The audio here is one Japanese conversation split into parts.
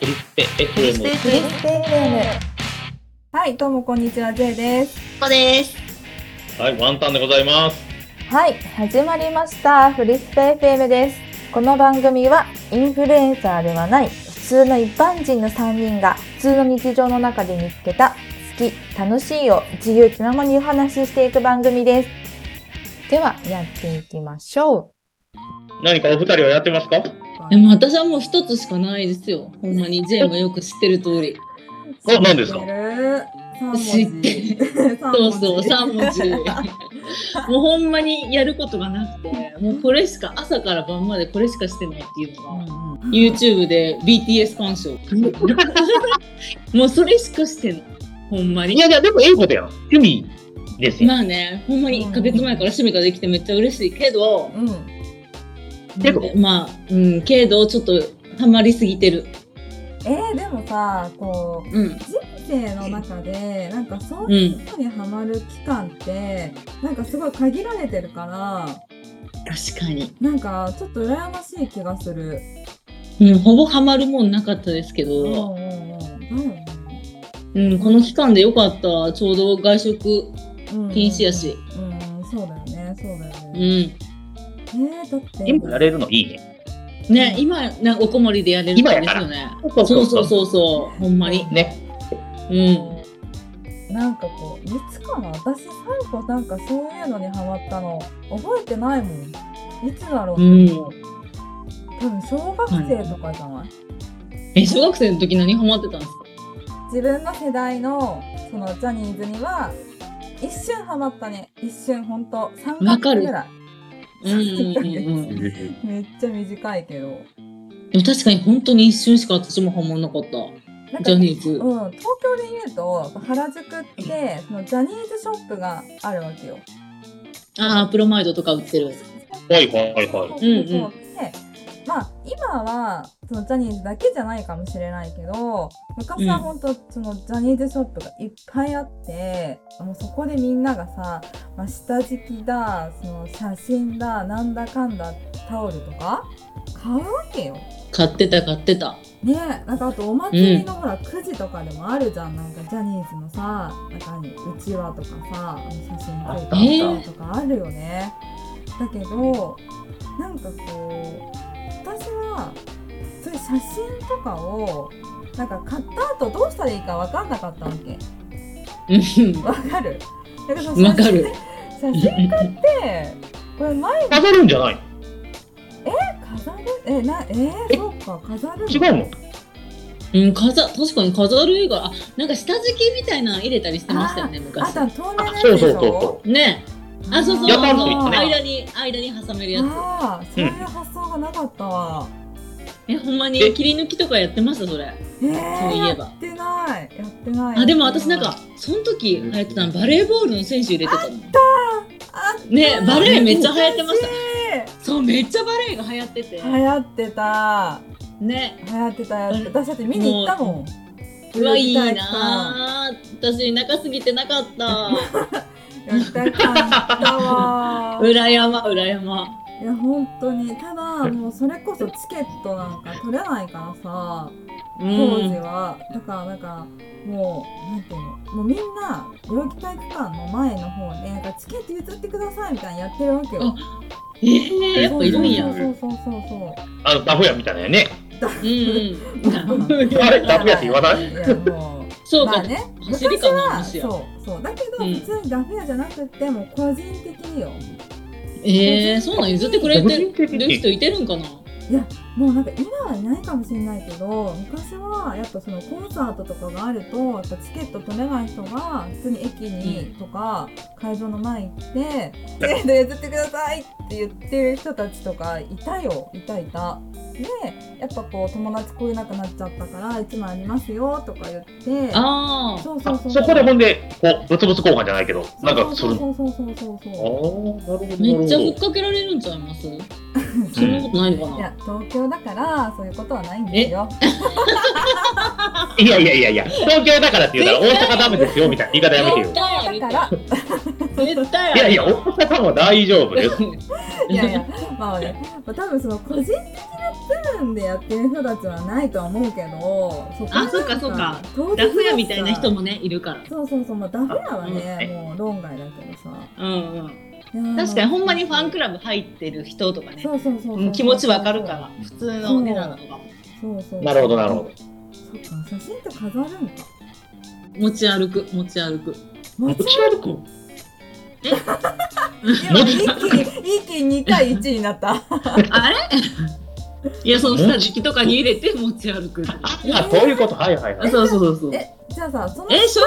エリスペ FM エでリす。スペ FM はい、どうもこんにちは、J です。ここです。はい、ワンタンでございます。はい、始まりました。フリスペ FM です。この番組はインフルエンサーではない普通の一般人の3人が普通の日常の中で見つけた好き、楽しいを自由気ままにお話ししていく番組です。では、やっていきましょ何かお二人はやってますかでも私はもう一つしかないですよ。ほんまに J もよく知ってる通り。あ、何ですか知ってる。 三そ文う字そう、3文字。もうほんまにやることがなくて、もうこれしか、朝から晩までこれしかしてないっていうう。のが、YouTube で BTS 鑑賞。もうそれしかしてない。ほんまいに。やいや、でもいいことやん。趣味ですよ。まあね、ほんまに1ヶ月前から趣味ができてめっちゃ嬉しいけど、うん。けどまあ、うん、けどちょっとハマりすぎてる。えー、でもさ、こう、うん、人生の中で、なんかそうう。いうんことにハマる期間って、なんかすごい限られてるから、確かに。なんかちょっと羨ましい気がする。うん、ほぼハマるもんなかったですけど。うんうんうん。だよね。うん、この期間でよかった。ちょうど外食うん禁止や。し。うん、そうだよね、そうだようね。ん。えー、だって。今やれるのいいね。ね、今、ね、おこもりでやれるん今やですからよね。そそうそうそうそう、ほんまに。ね。うん。なんかこういつかな私最後なんかそういうのにハマったの覚えてないもんいつだろう、うん多分小学生とかじゃない、え、小学生の時何ハマってたんですか自分の世代のそのジャニーズには一瞬ハマったね一瞬ほんと3わかヶ月るぐらいうんうんうんうん。めっちゃ短いけどでも確かに本当に一瞬しか私もハマんなかった。なんジかャニーズ。うん、東京で言うと原宿ってそのジャニーズショップがあるわけよ。ああ、プロマイドとか売ってる。はいはいそはうそうい。そううんうんでまあ今はそのジャニーズだけじゃないかもしれないけど昔はうん本当そのジャニーズショップがいっぱいあって、もうそこでみんながさ、まあ、下敷きだその写真だなんだかんだタオルとか買うわけよ。買ってた買ってた。ねえなんかあとお祭りのほらくじとかでもあるじゃん、なんかジャニーズのさ中にうちわとかさあの写あ真っ撮たりたとかあるよね、だけどなんかこう私はそういう写真とかをなんか買った後どうしたらいいか分かんなかったわけうんわかるだからわかる。写真買ってこれ前に飾るんじゃない飾るえなえー、そうか飾るの違うのうん、飾、確かに飾る以外、あ、なんか下敷きみたいなの入れたりしてましたよね、あ昔。とは透明なあやつそうでしそうそうょそねあ、そうそう、やったあんすよのね間に、間に挟めるやつ。ああ、そういう発想がなかったわ。え、ほんまにえ切り抜きとかやってました、それ。えそうえいえばやってない。やってない。あ、でも私なんか、その時流行ってたの、バレーボールの選手入れてたの。あっねバレーめっちゃ流行ってました。た。そう、めっちゃバレーが流行ってて。流行ってた。ね。流行ってたやつ。私だって見に行ったもん。うわ、いいやりたなぁ。私、中すぎてなか った。かっ たわ。裏山、裏山。いや本当に。ただもうそれこそチケットなんか取れないからさ。う当時ん。は、だからなんかもうなんていうのもうみんな代々木体育館の前の方でなんかチケット譲ってくださいみたいなのやってるわけよあ。えー、やっぱいるんや。そううそうそうそうそう。あの、ダフ屋みたいなやね。ん うん。あれダフ屋って言わないいや もう。そうまかあ。ね、走りかな話昔やはそうそうだけど、うん普通にダフ屋じゃなくってもう個人的によええー、そうなん譲ってくれてる人いてるんかなもうなんか今はいないかもしれないけど昔はやっぱそのコンサートとかがあるとやっぱチケット取れない人が普通に駅にとか会場の前行って「チケット譲ってください」って言ってる人たちとかいたよいたいた。でやっぱこう友達来れなくなっちゃったから1枚ありますよとか言ってああ。そうそあうそうそこでほんで、こう、ブツブツ交換じゃないけど、なんかするの。そうそうそうそうそうああ、なるほそうど。なるめっちゃほふどっかけられるんちゃいますそんなことないのかいなや東京だからそういうことはないんですよ。いやいやいやいや、東京だからって 言うたら大阪ダメですよみたいな言い方やめてよ絶。対あるだから絶対あいるやいや、大阪は大丈夫です。いやいや、まあね、まあ、多分その個人的な部分でやってる人たちはないとは思うけど、そこはなんあそっかそっか、当日ラフ屋みたいな人も。もねいるからそうそうそう、まあ、ダフ屋はね、あもう論外だけどさ。うんうんいやー確かにほんまにファンクラブ入ってる人とかねそうそうそううそんう。気持ちわかるから普通のお値段なのかもそうそう。なるほど、なるほど。そっか、写真って飾るんだ。持ち歩く持ち歩くも持ちち歩くろん、一気に、一気に2対1になった。あれいやその下敷きとかに入れて持ち歩くああ、そういうこと。はいはいはい。そうそうそうそうえ、 じゃあさ、そのえ、小小中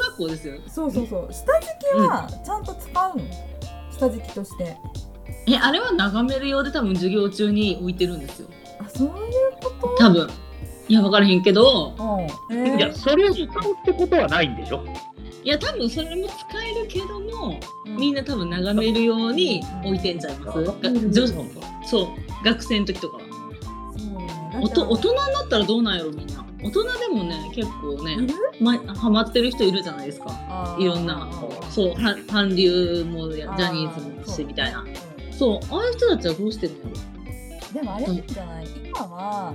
学校ですよそうそうそう、下敷きはちゃんと使うの、下敷きとして。えあれは眺める用で多分授業中に置いてるんですよあ、そういうこと多分いや分からへんけどうん。いえや、それを使うってことはないんでしょいや多分それも使えるけどもー、みんな多分眺めるように置いてんちゃいますがうん女子そう学生の時とかはそうねおと大人になったらどうなんやろみんな大人でもね結構ねいるまハマってる人いるじゃないですかあーいろんなそうは韓流もやジャニーズもしてみたい。あなーそうそうああいう人たちはどうしてるのやろうんでもあれなんじゃない、今は、んあ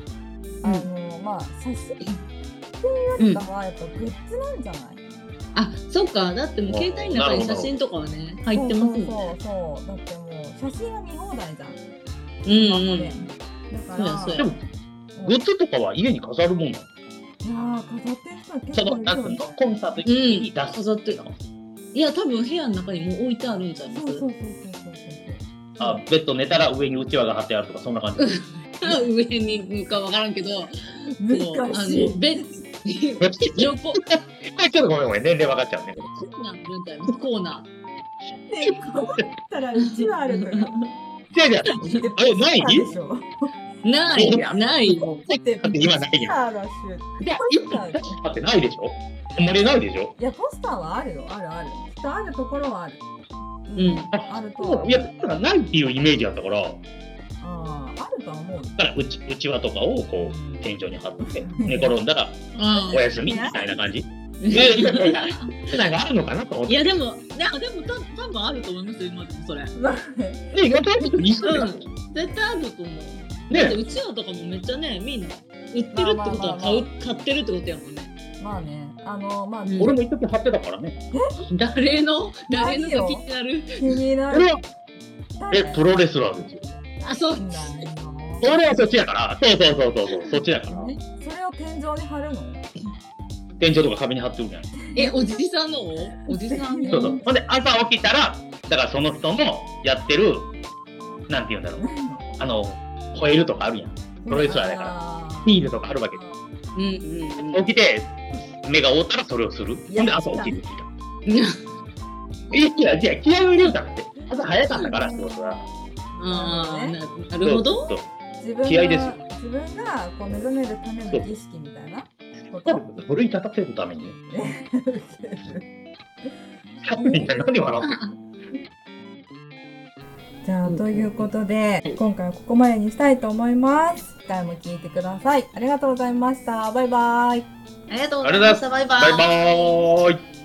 の、まあ、写真っていうよりかは、やっぱグッズなんじゃないあそっかだってもう携帯の中に写真とかはね入ってますもんねそうそうそう、だってもう、写真は見放題じゃん。うんうんねだから、そうやそうでやも、グッズとかは家に飾るもんなのいやー、飾ってる人は結そ構の、いなるんよていうねのコンサートに出す。飾ってるいや多分部屋の中にもう置いてあるんじゃないそうでそすかうそうそうそうそう。あ、ベッド寝たら上にうちわが貼ってあるとか、そんな感じ。 上に向くか分からんけど難しそうあのい。ベッちょ横っとごめんごめん、年齢分かっちゃうね。なん文体のコーナね、困ったらうちはあるのよ。じゃあじゃあ、あれ、ないでしょ。ーないないだって今ないよだし。じゃあ、ポスターがだってないでしょあんまりないでしょいや、ポスターはあるよ。あるある。きっとあるところはある。ううんあるとは思う。いや、だからないっていうイメージだったから、だあーあるとは思う。 からうち、うちわとかをこう、天井に貼って、寝転んだら、あおやすみみたいな感じ。いやいやいやいや、なんかあるのかなと思っいて。やでもなでもた多分あると思いますよ今でもそれまあねで、意外と一緒だうよん絶対あると思う、だってね。うちわとかもめっちゃねみんな売ってるってことは買う買ってるってことやもんねまあね、あの、まあ、うん俺も一時貼ってたからね。誰の誰のないがよ気になる気になる俺。は、え、プロレスラーですよ。あそう誰なんだろう俺はそっちやから。そうそうそうそうそう、そっちやから。それを天井に貼るの 天井とか壁に貼ってるんじゃないえおじさんのおじさそんうのそう。ほんで、朝起きたら、だからその人のやってる、なんて言うんだろう。あの、吠えるとかあるやん。プロレスラーだから らヒールとかあるわけ。うんうんう起きて、目が覆ったらそれをする。ほんで、朝起きる。んいやいや、いや気合を入れるためって。朝早かったから、仕事が。 ああ、ななるほど。そうそう自分が気合ですよ自分がこう目覚めるための儀式みたいなこ多と。分古い叩くるためにね。キャプリンって 何笑って じゃあうんということで、はい今回はここまでにしたいと思います。次回も聞いてください。ありがとうございました。バイバイ。ありがとう。ございましたバイババイバーイ